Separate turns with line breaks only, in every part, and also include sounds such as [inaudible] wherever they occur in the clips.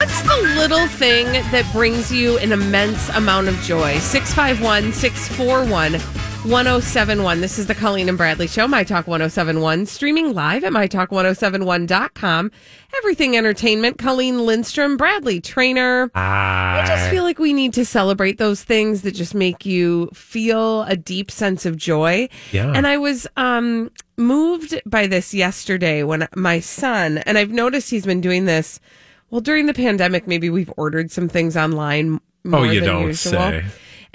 What's the little thing that brings you an immense amount of joy? 651 641 1071. This is the Colleen and Bradley Show, My Talk 1071, streaming live at MyTalk1071.com. Everything entertainment. Colleen Lindstrom, Bradley Trainer. I just feel like we need to celebrate those things that just make you feel a deep sense of joy.
Yeah.
And I was um, moved by this yesterday when my son, and I've noticed he's been doing this. Well, during the pandemic, maybe we've ordered some things online. More
Oh, you
than
don't
usual.
say.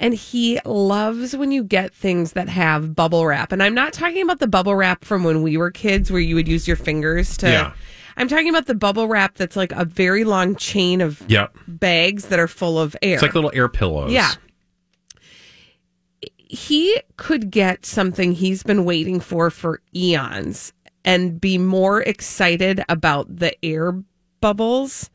And he loves when you get things that have bubble wrap. And I'm not talking about the bubble wrap from when we were kids where you would use your fingers to.
Yeah.
I'm talking about the bubble wrap that's like a very long chain of
Yep.
bags that are full of air.
It's like little air pillows.
Yeah. He could get something he's been waiting for for eons and be more excited about the air bubbles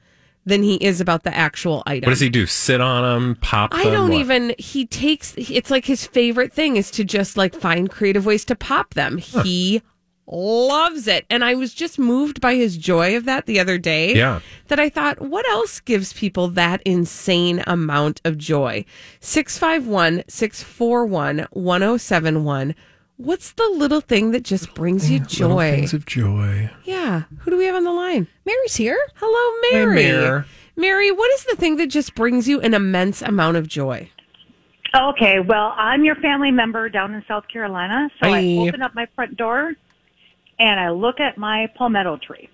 than he is about the actual item.
What does he do? Sit on them, pop
I
them,
don't
what?
even. He takes. It's like his favorite thing is to just like find creative ways to pop them. He loves it, and I was just moved by his joy of that the other day.
Yeah.
That I thought, what else gives people that insane amount of joy? 651 641 1071. What's the little thing that just brings you
Little
joy?
Things of joy.
yeah. Who do we have on the line?
Mary's here.
Hello, Mary.
Mare.
Mary, what is the thing that just brings you an immense amount of joy?
Okay, well, I'm your family member down in South Carolina, so I
Hi.
open up my front door and I look at my palmetto tree.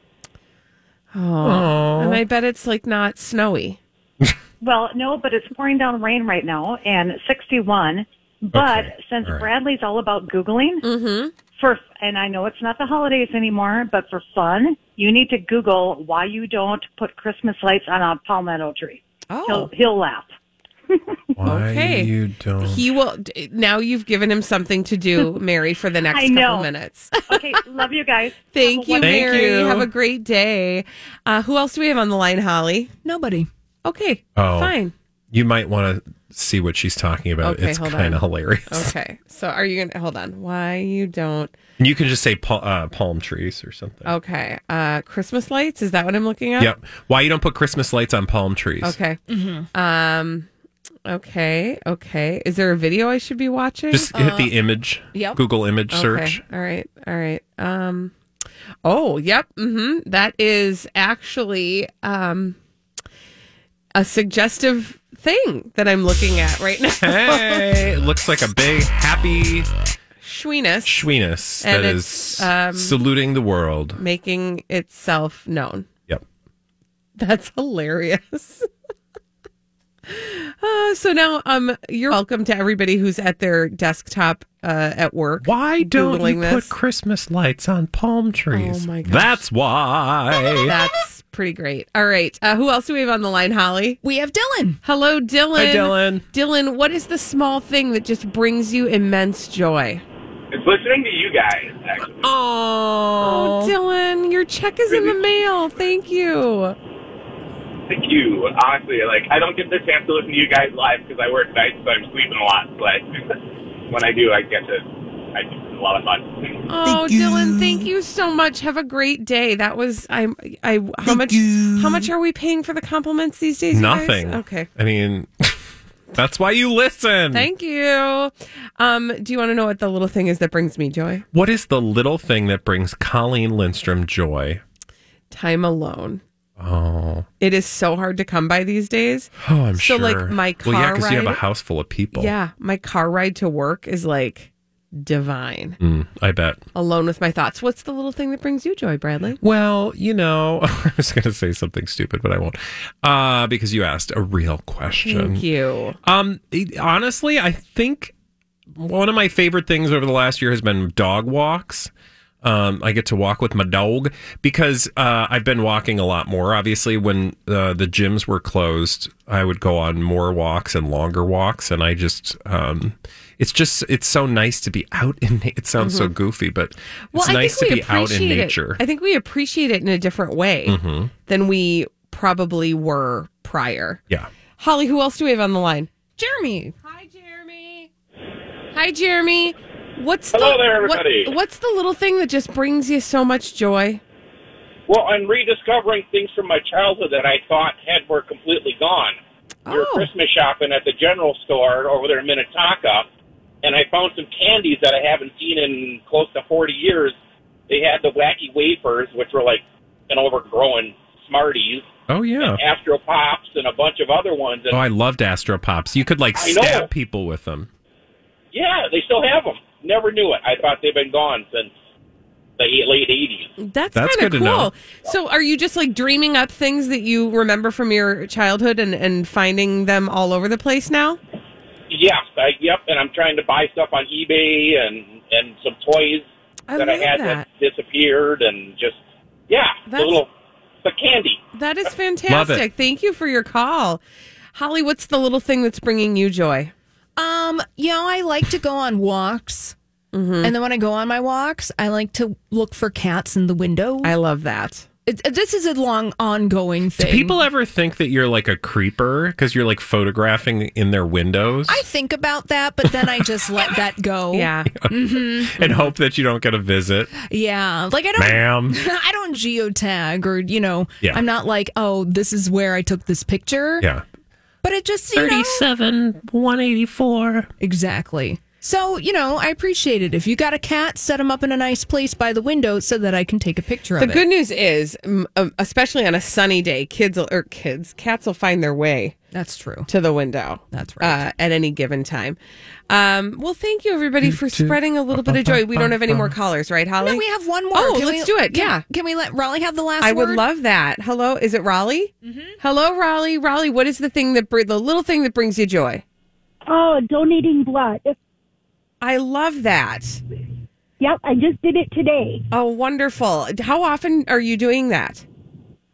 Aw.
And I bet it's like not snowy.
Well, no, but it's pouring down rain right now and it's 61. But
Okay,
since
all right.
Bradley's all about Googling,
Mm-hmm.
for and I know it's not the holidays anymore, but for fun, you need to Google why you don't put Christmas lights on a palmetto tree.
Oh.
He'll, he'll laugh.
Why
Okay.
you don't?
He will. d- Now you've given him something to do, Mary, for the next
I
couple
know.
minutes.
Okay, love you guys.
[laughs] Thank you,
Have a
Thank
Mary.
you.
Have a great day. Uh, who else do we have on the line, Holly?
Nobody.
Okay.
Oh.
Fine.
you might want to see what she's talking about.
Okay,
it's
hold
kind of
on.
hilarious.
Okay. So are you going to hold on? Why you don't?
And you can just say pal- uh, palm trees or something.
Okay. Uh, Christmas lights? Is that what I'm looking at?
Yep. Why you don't put Christmas lights on palm trees?
Okay. Um, okay. Okay. Is there a video I should be watching?
Just hit
Uh,
the image.
yep.
Google image search.
All right. All right. Um Oh, yep. Mhm. That is actually um a suggestive thing that I'm looking at right now. [laughs]
Hey, it looks like a big happy
Schweenus
Schweenus
And
that
it's,
is
um,
saluting the world.
making itself known. [laughs]
Yep.
That's hilarious. [laughs] Uh, so now um you're welcome to everybody who's at their desktop uh, at work.
Why don't
Googling
you
this.
put Christmas lights on palm trees?
Oh, my gosh.
That's why.
[laughs] That's pretty great. All right. Uh, who else do we have on the line, Holly?
We have Dylan.
Hello, Dylan.
Hi, Dylan.
Dylan, what is the small thing that just brings you immense joy?
It's listening to you guys, actually.
Oh, Dylan, your check is in the mail. Thank you.
Thank you. Honestly, like I don't get the chance to listen to you guys live because I work nights, so I'm sleeping a lot. But [laughs] when I do, I get to. I it's a lot of fun.
Oh, Dylan, thank you so much. Have a great day. That was I. I how much? How much are we paying for the compliments these days? you guys?
Nothing.
Okay.
I mean, [laughs] that's why you listen.
Thank you. Um, do you want to know what the little thing is that brings me joy?
what is the little thing that brings Colleen Lindstrom joy?
Time alone.
Oh,
It is so hard to come by these days.
oh, I'm
So,
sure.
like, my
well, yeah,
car
you have a
ride-
house full of people.
Yeah, my car ride to work is like [laughs] divine.
Mm, I bet.
Alone with my thoughts. What's the little thing that brings you joy, Bradley?
Well, you know, [laughs] I was going to say something stupid, but I won't, uh, because you asked a real question.
Thank you.
Um, it- honestly, I think one of my favorite things over the last year has been dog walks. Um, I get to walk with my dog because uh, I've been walking a lot more. Obviously, when uh, the gyms were closed, I would go on more walks and longer walks, and I just, um, it's just, it's so nice to be out in. Na- it sounds
Mm-hmm.
so goofy, but it's nice to be out in
appreciate
nature. Mm-hmm.
It. I think we appreciate it in a different way than we probably were prior.
yeah.
Holly, who else do we have on the line? Jeremy. Hi, Jeremy. Hi, Jeremy. What's
Hello
the,
there,
what-
everybody.
what's the little thing that just brings you so much joy?
Well, I'm rediscovering things from my childhood that I thought had were completely gone. We were
Oh.
Christmas shopping at the general store over there in Minnetonka, and I found some candies that I haven't seen in close to 40 years. They had the wacky wafers, which were like an overgrown Smarties,
Oh yeah.
Astro Pops, and a bunch of other ones. And
Oh, I loved Astro Pops. You could like
I know.
stab people with them.
yeah, they still have them. Never knew it. I thought they've been gone since the late 80s.
That's,
That's
kind of
good to
cool.
know.
So, are you just like dreaming up things that you remember from your childhood and, and finding them all over the place now?
Yes, I, yep, and I'm trying to buy stuff on eBay and and some toys
I
that I
love
had
that.
that. disappeared and just yeah, the
That's-
little the candy.
That
[laughs]
is fantastic. Thank you for your call. Holly, what's the little thing that's bringing you joy?
Um, you know, I like to go on walks.
Mm-hmm.
And then when I go on my walks, I like to look for cats in the window.
I love that.
It's this is a long, ongoing thing.
Do people ever think that you're like a creeper because you're like photographing in their windows
I think about that, but then I just
[laughs]
let that go.
Yeah.
and hope that you don't get a visit,
Yeah. Like I don't
ma'am?
[laughs] I don't geotag or you know,
Yeah.
I'm not like, oh, this is where I took this picture.
Yeah.
But it just you know,
Seven one eighty four.
exactly. So you know, I appreciate it. If you got a cat, set him up in a nice place by the window so that I can take a picture
The
of
good
it.
news is, mm, um, especially on a sunny day, kids will, or kids, cats will find their way
That's true.
to the window.
That's right.
Uh, at any given time. Um, well, thank you everybody for spreading a little bit of joy. We don't have any more callers, right, Holly?
No, we have one more.
Oh,
Can
let's
we-
do it.
can-
Yeah.
Can we let Raleigh have the last
I would
word?
love that. Hello, is it Raleigh? Hello, Raleigh. Raleigh, what is the thing that br- the little thing that brings you joy?
Oh, donating blood. If,
I love that.
yep, I just did it today.
Oh, wonderful. How often are you doing that?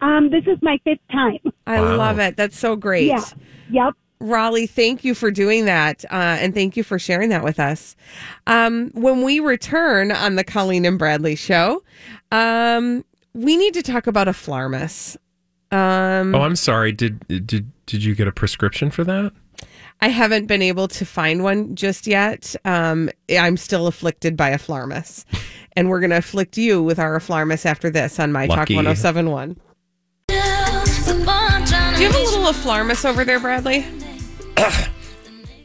Um, this is my fifth time.
I
Wow.
love it. That's so great.
Yeah. Yep.
Raleigh, thank you for doing that. Uh, and thank you for sharing that with us. Um, when we return on the Colleen and Bradley show, um, we need to talk about a flarmus. Um,
Oh, I'm sorry. Did did did you get a prescription for that?
I haven't been able to find one just yet. Um, I'm still afflicted by a flarmus. and we're going to afflict you with our flarmus after this on My
Lucky.
Talk 1071. Do you have a little aflarmus over there,
[coughs]
Bradley?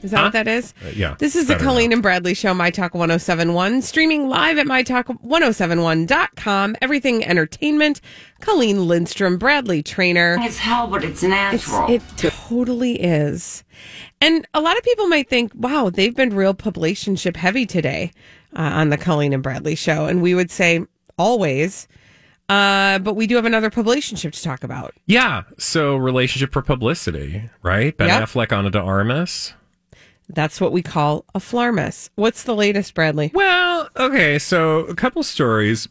is that
Huh?
what that is?
Uh, yeah.
This is the
Better now.
Colleen and Bradley Show, My Talk 1071, streaming live at MyTalk1071.com. Everything entertainment. Colleen Lindstrom, Bradley Trainer.
It's hell, but it's natural.
It totally is. And a lot of people might think, wow, they've been real publicationship heavy today uh, on the Colleen and Bradley show. And we would say always. Uh, but we do have another publicationship to talk about.
Yeah. So relationship for publicity, right? Ben
Yep.
Affleck, Anna de Armas.
That's what we call a flarmus. What's the latest, Bradley?
Well, okay, so a couple stories,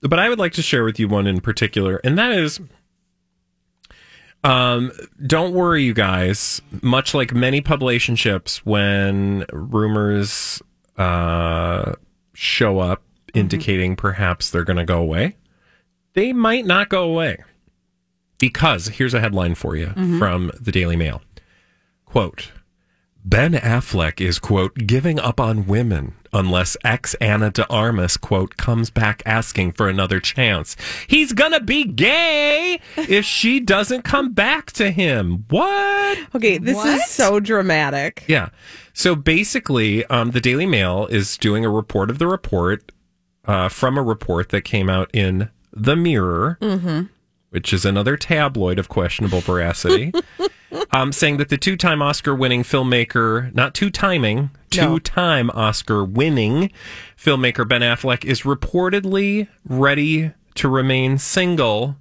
but I would like to share with you one in particular, and that is um don't worry you guys, much like many publicationships when rumors uh show up indicating perhaps they're going to go away, they might not go away. Because here's a headline for you from the Daily Mail. Quote Ben Affleck is, quote, giving up on women unless ex Anna de Armas, quote, comes back asking for another chance. He's gonna be gay if she doesn't come back to him. What?
Okay, this is
What?
so dramatic.
Yeah. So basically, um, the Daily Mail is doing a report of the report uh, from a report that came out in The Mirror, which is another tabloid of questionable veracity, um, saying that the two time Oscar winning filmmaker, not two timing, two time Oscar winning filmmaker Ben Affleck is reportedly ready to remain single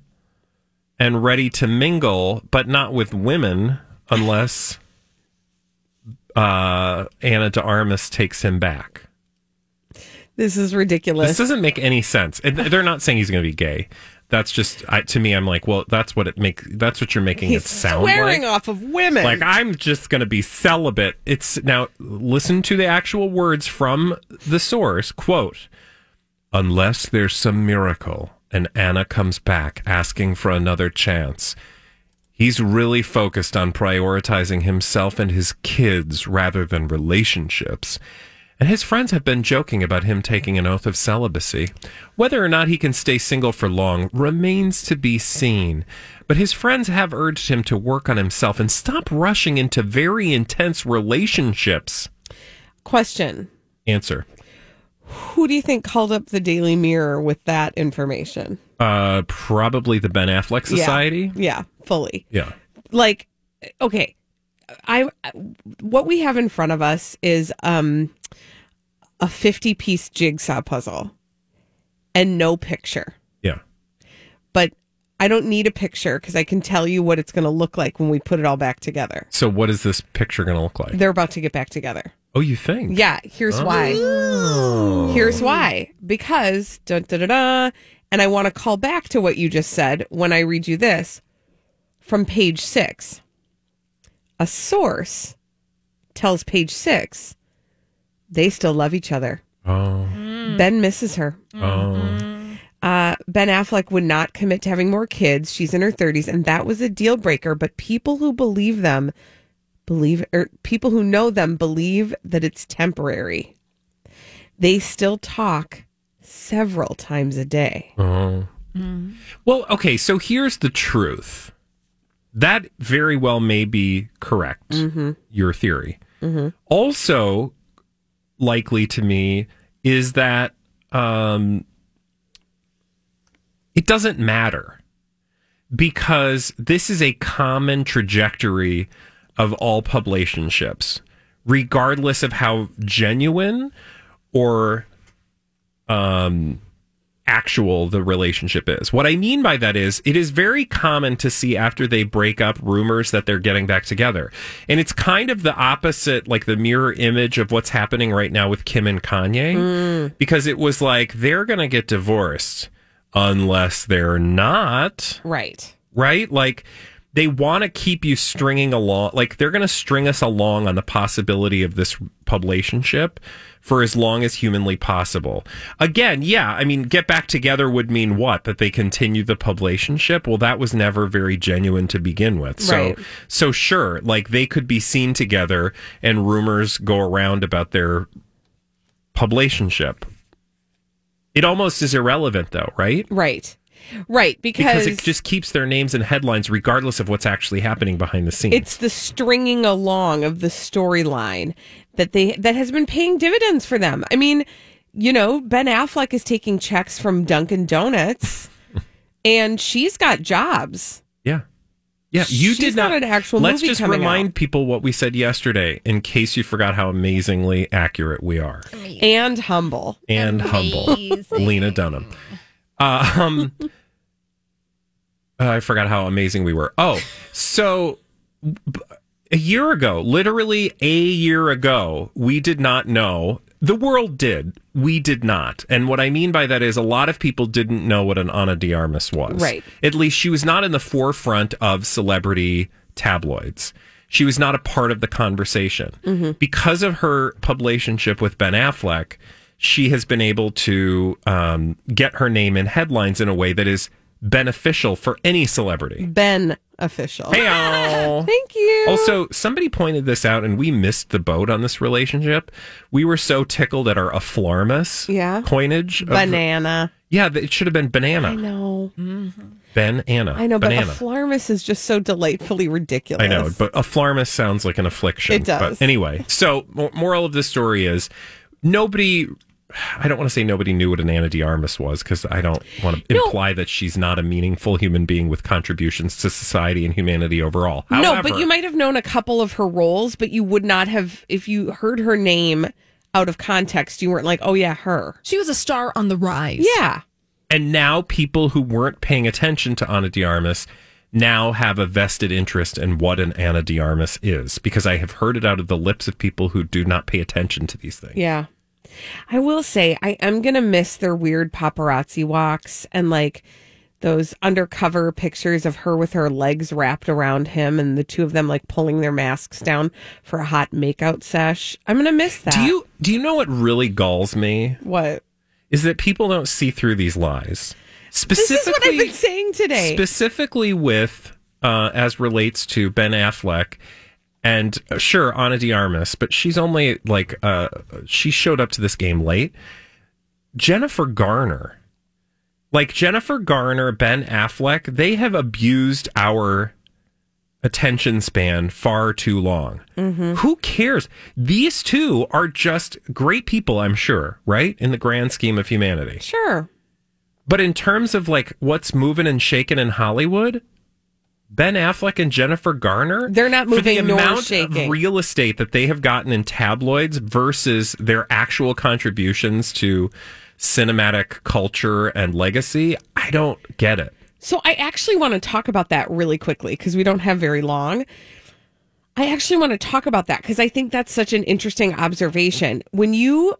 and ready to mingle, but not with women unless uh, Anna de Armas takes him back.
This is ridiculous.
This doesn't make any sense. And they're not saying he's going to be gay. That's just I, to me. I'm like, well, that's what it make. That's what you're making
He's
it sound
swearing
like.
off of women.
Like I'm just going to be celibate. It's now listen to the actual words from the source. Quote: Unless there's some miracle and Anna comes back asking for another chance. He's really focused on prioritizing himself and his kids rather than relationships. And his friends have been joking about him taking an oath of celibacy. Whether or not he can stay single for long remains to be seen. But his friends have urged him to work on himself and stop rushing into very intense relationships.
Question:
Answer
Who do you think called up the Daily Mirror with that information?
uh, Probably the Ben Affleck
Yeah.
Society.
Yeah, fully.
Yeah.
Like, okay, I what we have in front of us is um a fifty-piece jigsaw puzzle and no picture.
Yeah.
But I don't need a picture because I can tell you what it's going to look like when we put it all back together.
So, what is this picture going to look like?
They're about to get back together.
Oh, you think?
Yeah, here's why.
Oh.
Here's why. Because da da da da. And I want to call back to what you just said when I read you this from page six. A source tells page six they still love each other.
Oh.
Mm-hmm. Ben misses her.
Oh.
Uh, ben Affleck would not commit to having more kids. She's in her 30s, and that was a deal breaker. But people who believe them believe, or people who know them believe that it's temporary. They still talk several times a day.
Oh. Well, okay, so here's the truth. That very well may be correct, your theory. Also, likely to me is that um, it doesn't matter because this is a common trajectory of all publicationships, regardless of how genuine or um, actual the relationship is. What I mean by that is it is very common to see after they break up rumors that they're getting back together. And it's kind of the opposite, like the mirror image of what's happening right now with Kim and Kanye, because it was like they're going to get divorced unless they're not
Right.
right? Like they want to keep you stringing along. Like they're going to string us along on the possibility of this relationship for as long as humanly possible. Again, yeah, I mean, get back together would mean what? That they continue the relationship? Well, that was never very genuine to begin with. So,
Right.
so sure, like they could be seen together and rumors go around about their publicationship. It almost is irrelevant though, right?
Right. Right. Because,
because it just keeps their names in headlines regardless of what's actually happening behind the scenes.
it's the stringing along of the storyline that they that has been paying dividends for them. I mean, you know, Ben Affleck is taking checks from Dunkin'
[laughs]
Donuts, and she's got jobs.
yeah. Yeah, you
She's
did not
got an actual
Let's
movie
just
coming
remind
out.
people what we said yesterday in case you forgot how amazingly accurate we are
and humble.
and humble. Lena Dunham. Uh, um [laughs] I forgot how amazing we were. Oh, so b- a year ago, literally a year ago, we did not know. The world did. We did not. And what I mean by that is a lot of people didn't know what an Ana de Armas was.
Right.
At least she was not in the forefront of celebrity tabloids. She was not a part of the conversation. Because of her publicationship with Ben Affleck, she has been able to um, get her name in headlines in a way that is beneficial for
[laughs]
any celebrity.
Ben official.
Hey,
Thank you.
also, uh, somebody pointed this out, and we missed the boat on this relationship. We were so tickled at our afflarmus
Yeah.
coinage. of-
banana.
yeah, it should have been banana.
I know.
Ben Anna.
I know,
banana.
but Aflarmus is just so delightfully ridiculous.
I know, but aflarmus sounds like an affliction.
It does.
But anyway, so mor- moral of the story is nobody I don't want to say nobody knew what an Anna Diarmas was because I don't want to imply that she's not a meaningful human being with contributions to society and humanity overall.
no,
However-
but you might have known a couple of her roles, but you would not have if you heard her name out of context. You weren't like, oh yeah, her.
She was a star on the rise.
Yeah,
And now people who weren't paying attention to Anna Diarmas now have a vested interest in what an Anna Diarmas is because I have heard it out of the lips of people who do not pay attention to these things.
yeah. I will say I am gonna miss their weird paparazzi walks and like those undercover pictures of her with her legs wrapped around him and the two of them like pulling their masks down for a hot makeout sesh. I'm gonna miss that.
Do you do you know what really galls me
what?
is that people don't see through these lies.
This is what I've
Specifically
been saying today.
Specifically with, uh, as relates to Ben Affleck and uh, sure, Ana de Armas, but she's only like, uh, she showed up to this game late. Jennifer Garner. Like Jennifer Garner, Ben Affleck, they have abused our attention span far too long. Who cares? These two are just great people, I'm sure, right? In the grand scheme of humanity.
sure.
But in terms of like what's moving and shaking in Hollywood, Ben Affleck and Jennifer Garner,
They're not
for
moving
the
nor
amount
shaking.
of real estate that they have gotten in tabloids versus their actual contributions to cinematic culture and legacy. I don't get it.
So I actually want to talk about that really quickly because we don't have very long. I actually want to talk about that because I think that's such an interesting observation. When you,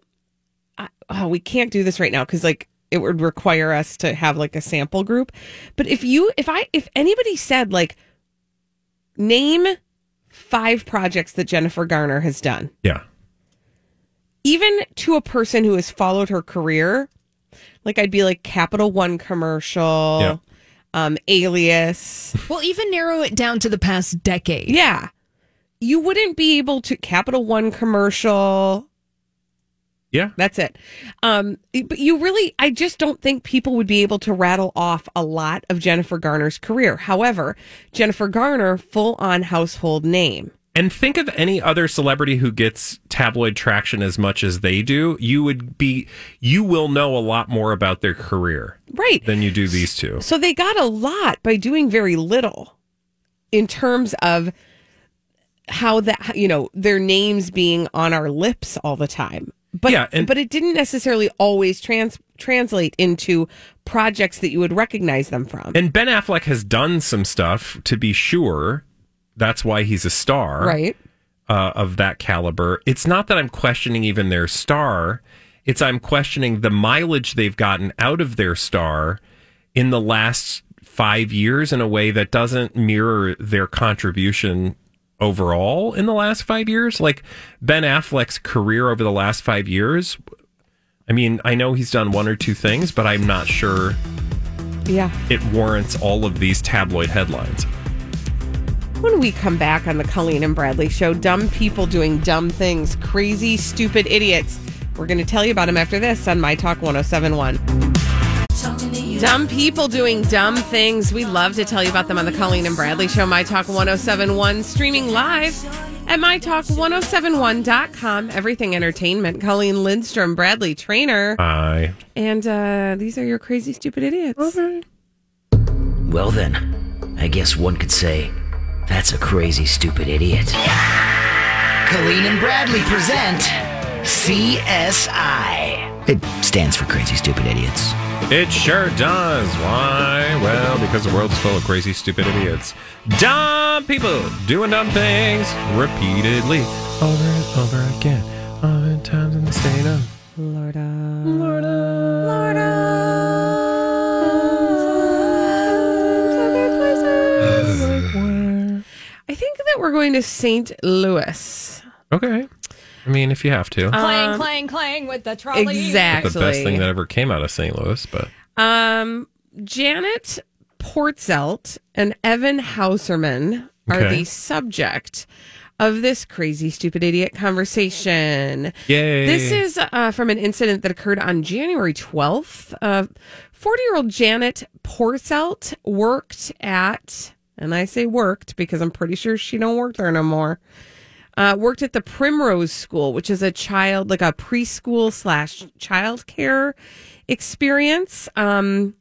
I, oh, we can't do this right now because like it would require us to have like a sample group. But if you, if I, if anybody said like, name five projects that Jennifer Garner has done,
Yeah.
even to a person who has followed her career, like I'd be like Capital One commercial,
Yeah.
um, Alias.
Well, even narrow it down to the past decade.
Yeah. You wouldn't be able to Capital One commercial.
Yeah.
That's it. Um, but you really, I just don't think people would be able to rattle off a lot of Jennifer Garner's career. However, Jennifer Garner, full on household name.
And think of any other celebrity who gets tabloid traction as much as they do. You would be, you will know a lot more about their career
Right.
than you do these two.
So they got a lot by doing very little in terms of how that you know their names being on our lips all the time. But
Yeah, and-
but it didn't necessarily always trans translate into projects that you would recognize them from.
And Ben Affleck has done some stuff to be sure. That's why he's a star
right?
uh, of that caliber. It's not that I'm questioning even their star. It's I'm questioning the mileage they've gotten out of their star in the last five years in a way that doesn't mirror their contribution overall in the last five years. Like Ben Affleck's career over the last five years. I mean, I know he's done one or two things, but I'm not sure
Yeah.
it warrants all of these tabloid headlines.
When we come back on the Colleen and Bradley show, dumb people doing dumb things, crazy, stupid idiots. We're going to tell you about them after this on My Talk 1071. Dumb people doing dumb things. We love to tell you about them on the Colleen and Bradley show, My Talk 1071, streaming live at MyTalk1071.com. Everything Entertainment. Colleen Lindstrom, Bradley Trainer.
I
And uh, these are your crazy, stupid idiots.
Well, then, I guess one could say that's a crazy, stupid idiot. Colleen and Bradley present CSI. It stands for Crazy, Stupid Idiots.
It sure does. Why? Well, because the world's full of crazy, stupid idiots. Dumb people doing dumb things repeatedly over and over again. Oftentimes in the state of
Florida. [sighs] I think that we're going to St. Louis.
Okay. I mean, if you have to.
Clang, clang, clang with the trolley.
Exactly.
Not the best thing that ever came out of St. Louis, but
um, Janet Portzelt and Evan Hauserman are
Okay.
the subject of this crazy, stupid idiot conversation.
yay.
This is uh, from an incident that occurred on January 12th. Uh, 40-year-old Janet Porselt worked at, and I say worked because I'm pretty sure she don't work there no more, Uh, worked at the Primrose School, which is a child, like a preschool slash childcare experience. Um,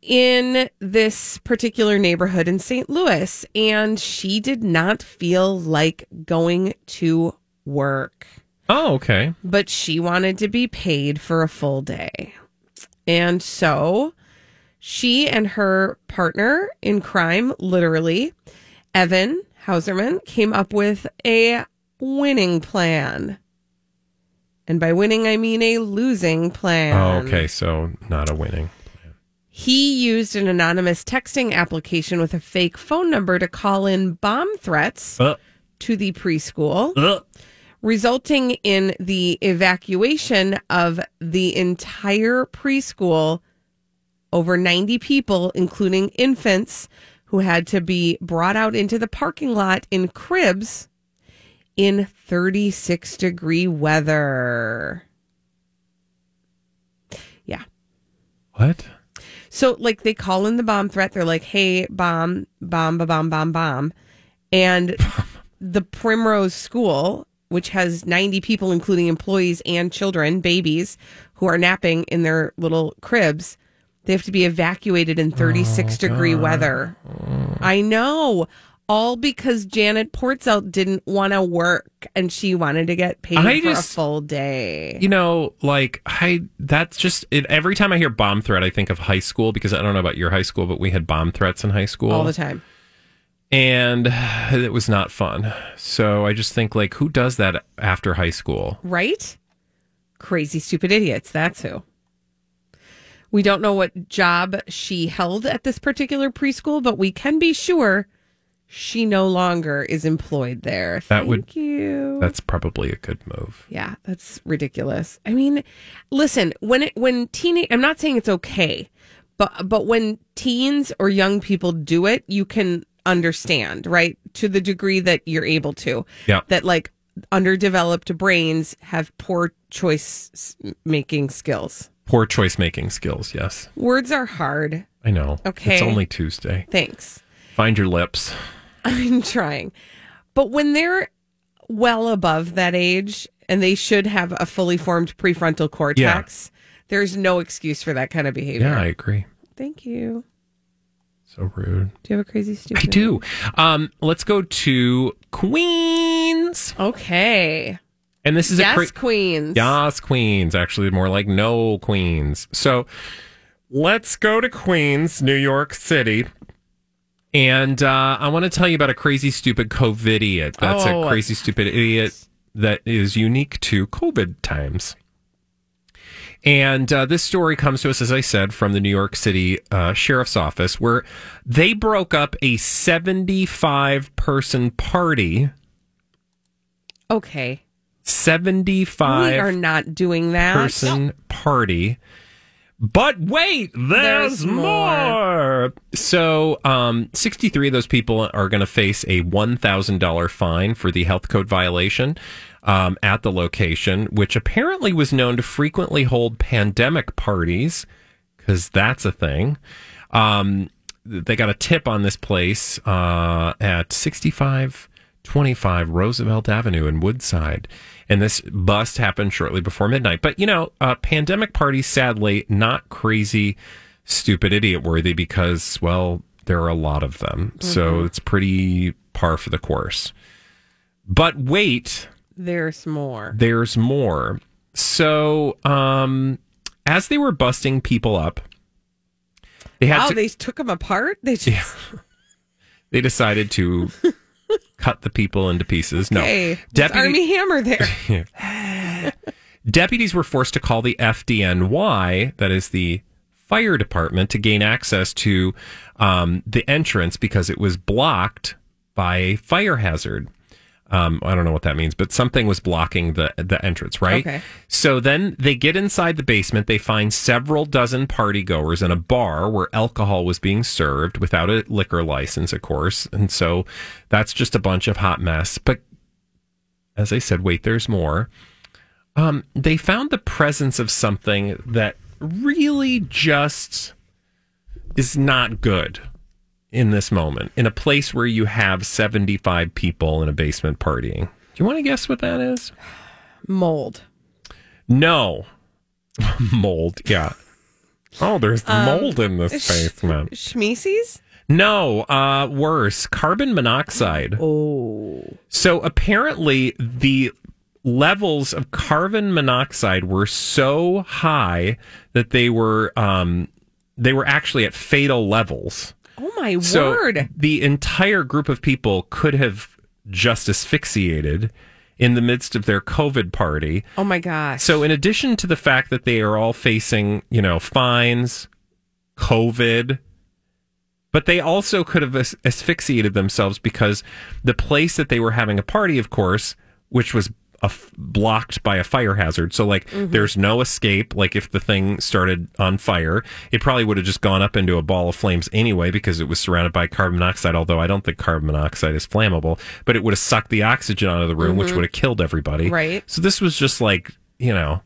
in this particular neighborhood in St. Louis, and she did not feel like going to work,
Oh, okay.
but she wanted to be paid for a full day. And so she and her partner in crime, literally, Evan Hauserman, came up with a winning plan. And by winning, I mean a losing plan.
Oh, okay. So not a winning.
He used an anonymous texting application with a fake phone number to call in bomb threats
Uh,
to the preschool,
uh.
resulting in the evacuation of the entire preschool, over 90 people, including infants, who had to be brought out into the parking lot in cribs in 36 degree weather. Yeah.
What?
So like they call in the bomb threat. They're like, "Hey, bomb, bomb, ba, bomb, bomb, bomb," and the Primrose School, which has ninety people, including employees and children, babies who are napping in their little cribs, they have to be evacuated in thirty-six
Oh,
degree weather. I know. All because Janet Portzout didn't want to work and she wanted to get paid
I
for
just-
a full day.
You know, like I that's just it, every time I hear bomb threat, I think of high school because I don't know about your high school, but we had bomb threats in high school
all the time.
and it was not fun. So I just think like, who does that after high school?
Right? Crazy, stupid idiots. That's who. We don't know what job she held at this particular preschool, but we can be sure she no longer is employed there.
That
Thank
would-
you.
That's probably a good move.
Yeah, that's ridiculous. I mean, listen, when it when teen I'm not saying it's okay, but but when teens or young people do it, you can understand, right? To the degree that you're able to.
Yeah.
That like underdeveloped brains have poor choice s- making skills.
Poor choice making skills, yes.
Words are hard.
I know.
Okay.
It's only Tuesday.
Thanks.
Find your lips.
[laughs] I'm trying. But when they're well above that age and they should have a fully formed prefrontal cortex, there's no excuse for that kind of behavior.
Yeah, I agree.
Thank you.
So rude.
Do you have a crazy stupid?
I do. Um, let's go to Queens.
Okay.
And this is
yes,
a cra-
Queens.
Yes, Queens. Actually, more like no Queens. So let's go to Queens, New York City. And uh, I want to tell you about a crazy, stupid COVID idiot. That's
Oh.
a crazy, stupid idiot that is unique to COVID times. And uh, this story comes to us, as I said, from the New York City uh, Sheriff's Office, where they broke up a 75 person party.
Okay.
75
We are not doing that.
person party. But wait, there's,
There's more.
more. So, um, 63 of those people are going to face a $1,000 fine for the health code violation um, at the location, which apparently was known to frequently hold pandemic parties, because that's a thing. Um, th- they got a tip on this place uh, at 6525 Roosevelt Avenue in Woodside. And this bust happened shortly before midnight. But, you know, uh, pandemic parties, sadly, not crazy, stupid, idiot worthy because, well, there are a lot of them. So it's pretty par for the course. But wait,
There's more.
there's more. So, um, as they were busting people up, they had
Wow,
to,
they took them apart. They just [laughs]
they decided to cut the people into pieces.
hey,
No,
there's Army Hammer there.
[laughs] deputies were forced to call the FDNY, that is the fire department, to gain access to um, the entrance because it was blocked by a fire hazard. Um, I don't know what that means, but something was blocking the the entrance, right?
Okay.
So then they get inside the basement. They find several dozen party goers in a bar where alcohol was being served without a liquor license, of course. And so that's just a bunch of hot mess. But as I said, wait, there's more. Um, they found the presence of something that really just is not good in this moment in a place where you have 75 people in a basement partying. you want to guess what that is?
Mold.
No. [laughs] mold, yeah. Oh, there's
Um,
mold in this
sh-
basement.
Schmeeces?
No, uh, worse, carbon monoxide.
Oh.
So apparently the levels of carbon monoxide were so high that they were um, they were actually at fatal levels.
Oh my
so
word.
the entire group of people could have just asphyxiated in the midst of their COVID party.
Oh my gosh.
So, in addition to the fact that they are all facing, you know, fines, COVID, but they also could have as- asphyxiated themselves because the place that they were having a party, of course, which was a f- blocked by a fire hazard. So, like,
Mhm.
there's no escape. Like, if the thing started on fire, it probably would have just gone up into a ball of flames anyway because it was surrounded by carbon monoxide, although I don't think carbon monoxide is flammable, but it would have sucked the oxygen out of the room, which
Mhm.
would have killed everybody.
Right.
So, this was just like, you know,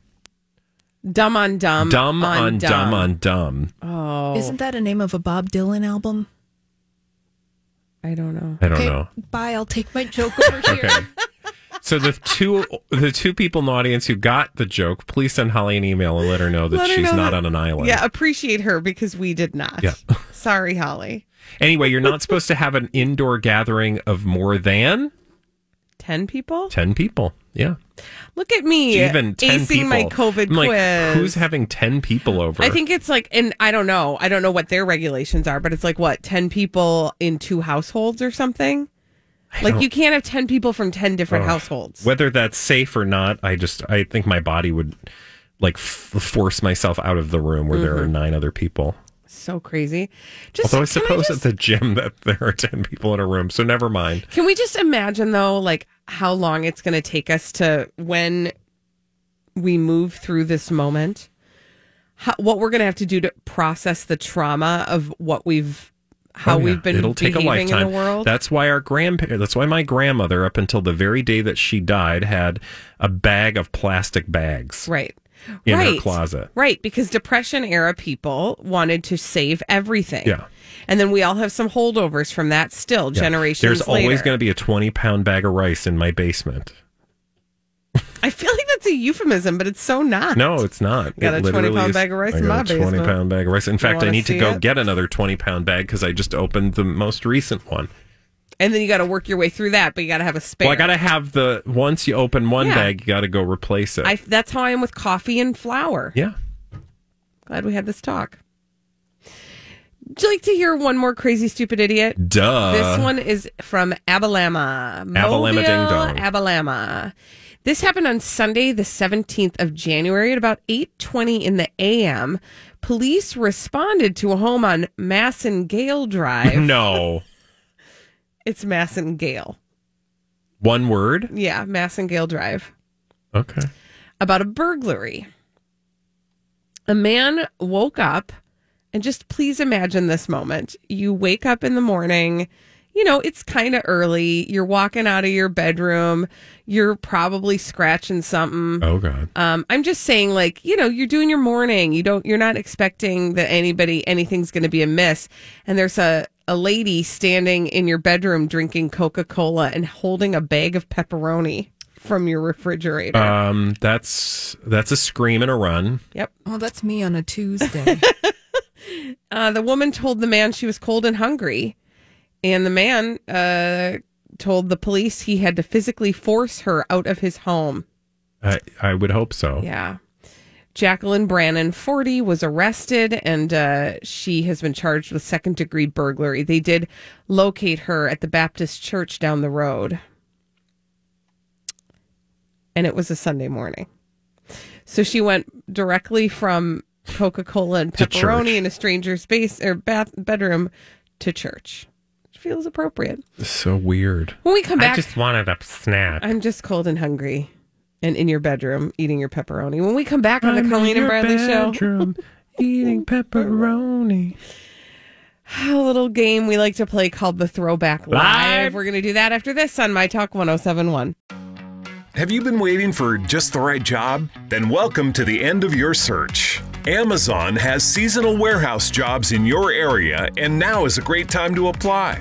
Dumb on dumb.
dumb on dumb on dumb.
Oh.
Isn't that a name of a Bob Dylan album?
I don't know.
I don't know.
Bye. I'll take my joke over [laughs] here.
Okay. [laughs] so the two the two people in the audience who got the joke, please send Holly an email and let her know that
Let her
she's
know
not
that-
on an island.
Yeah, appreciate her because we did not.
Yeah.
[laughs] Sorry, Holly.
Anyway,
[laughs]
you're not supposed to have an indoor gathering of more than
10 people?
ten people. Yeah.
Look at me.
Even ten
acing
people.
my COVID
I'm like,
quiz.
Who's having ten people over?
I think it's like, and I don't know. I don't know what their regulations are, but it's like what ten people in two households or something. Like
don't-
you can't have ten people from ten different
Ugh.
households.
Whether that's safe or not, I just I think my body would like f- force myself out of the room where there are nine other people.
So crazy. Just
Although I
Mm-hmm. can,
suppose at the gym [laughs] that there are ten people in a room, so never mind.
can we just imagine though, like how long it's going to take us to when we move through this moment? How, what we're going to have to do to process the trauma of what we've, how
Oh, yeah.
we've been
It'll take a
behaving
lifetime.
in the world.
That's why our grandparents. That's why my grandmother, up until the very day that she died, had a bag of plastic bags
Right.
in
right.
her closet.
Right, because Depression era people wanted to save everything.
Yeah.
And then we all have some holdovers from that still,
Yeah.
generations
There's
later.
always going to be a 20 pound bag of rice in my basement.
I feel like that's a euphemism, but it's so not.
No, it's not.
Got
It
a 20
literally
pound
is-
bag of rice
I
in
got
my
a 20
basement.
pound bag of rice. In
You
fact, I
wanna
need to
see
go
it?
get another 20 pound bag because I just opened the most recent one.
And then you got to work your way through that, but you got to have a spare.
Well, I got to have the, once you open one
Yeah.
bag, you got to go replace it.
I- that's how I am with coffee and flour.
yeah.
Glad we had this talk. Would you like to hear one more crazy, stupid idiot?
Duh.
This
[laughs]
one is from Abilama.
Abilama
Mobile,
Uh, ding dong.
Abilama. This happened on Sunday, the 17th of January at about 8.20 in the a.m. Police responded to a home on Massengale
[laughs]
Drive.
No.
It's Massengale. [laughs]
One word?
Yeah, Massengale Drive.
Okay.
about a burglary. A man woke up, and just please imagine this moment. You wake up in the morning, you know, it's kind of early. You're walking out of your bedroom, you're probably scratching something.
Oh, God.
Um, I'm just saying, like, you know, you're doing your morning. You don't, you're not expecting that anybody, anything's going to be amiss. And there's a, a lady standing in your bedroom drinking Coca Cola and holding a bag of pepperoni from your refrigerator.
Um, that's that's a scream and a run.
Yep.
Well, that's me on a Tuesday.
Uh, the woman told the man she was cold and hungry, and the man uh, told the police he had to physically force her out of his home.
I I would hope so.
Yeah. Jacqueline Brannon, 40, was arrested and uh, she has been charged with second degree burglary. They did locate her at the Baptist church down the road. And it was a Sunday morning. So she went directly from Coca Cola and
To church.
pepperoni in a stranger's base or bath bedroom to church. Which feels appropriate.
So weird.
When we come back,
wanted a snack.
I'm just cold and hungry and in your bedroom eating your pepperoni. When we come back on the
I'm in
Colleen and
your
Bradley
bedroom
[laughs]
eating pepperoni.
show, a little game we like to play called the Throwback Live.
Live.
We're going to do that after this on My Talk 1071.
Have you been waiting for just the right job? Then welcome to the end of your search. Amazon has seasonal warehouse jobs in your area, and now is a great time to apply.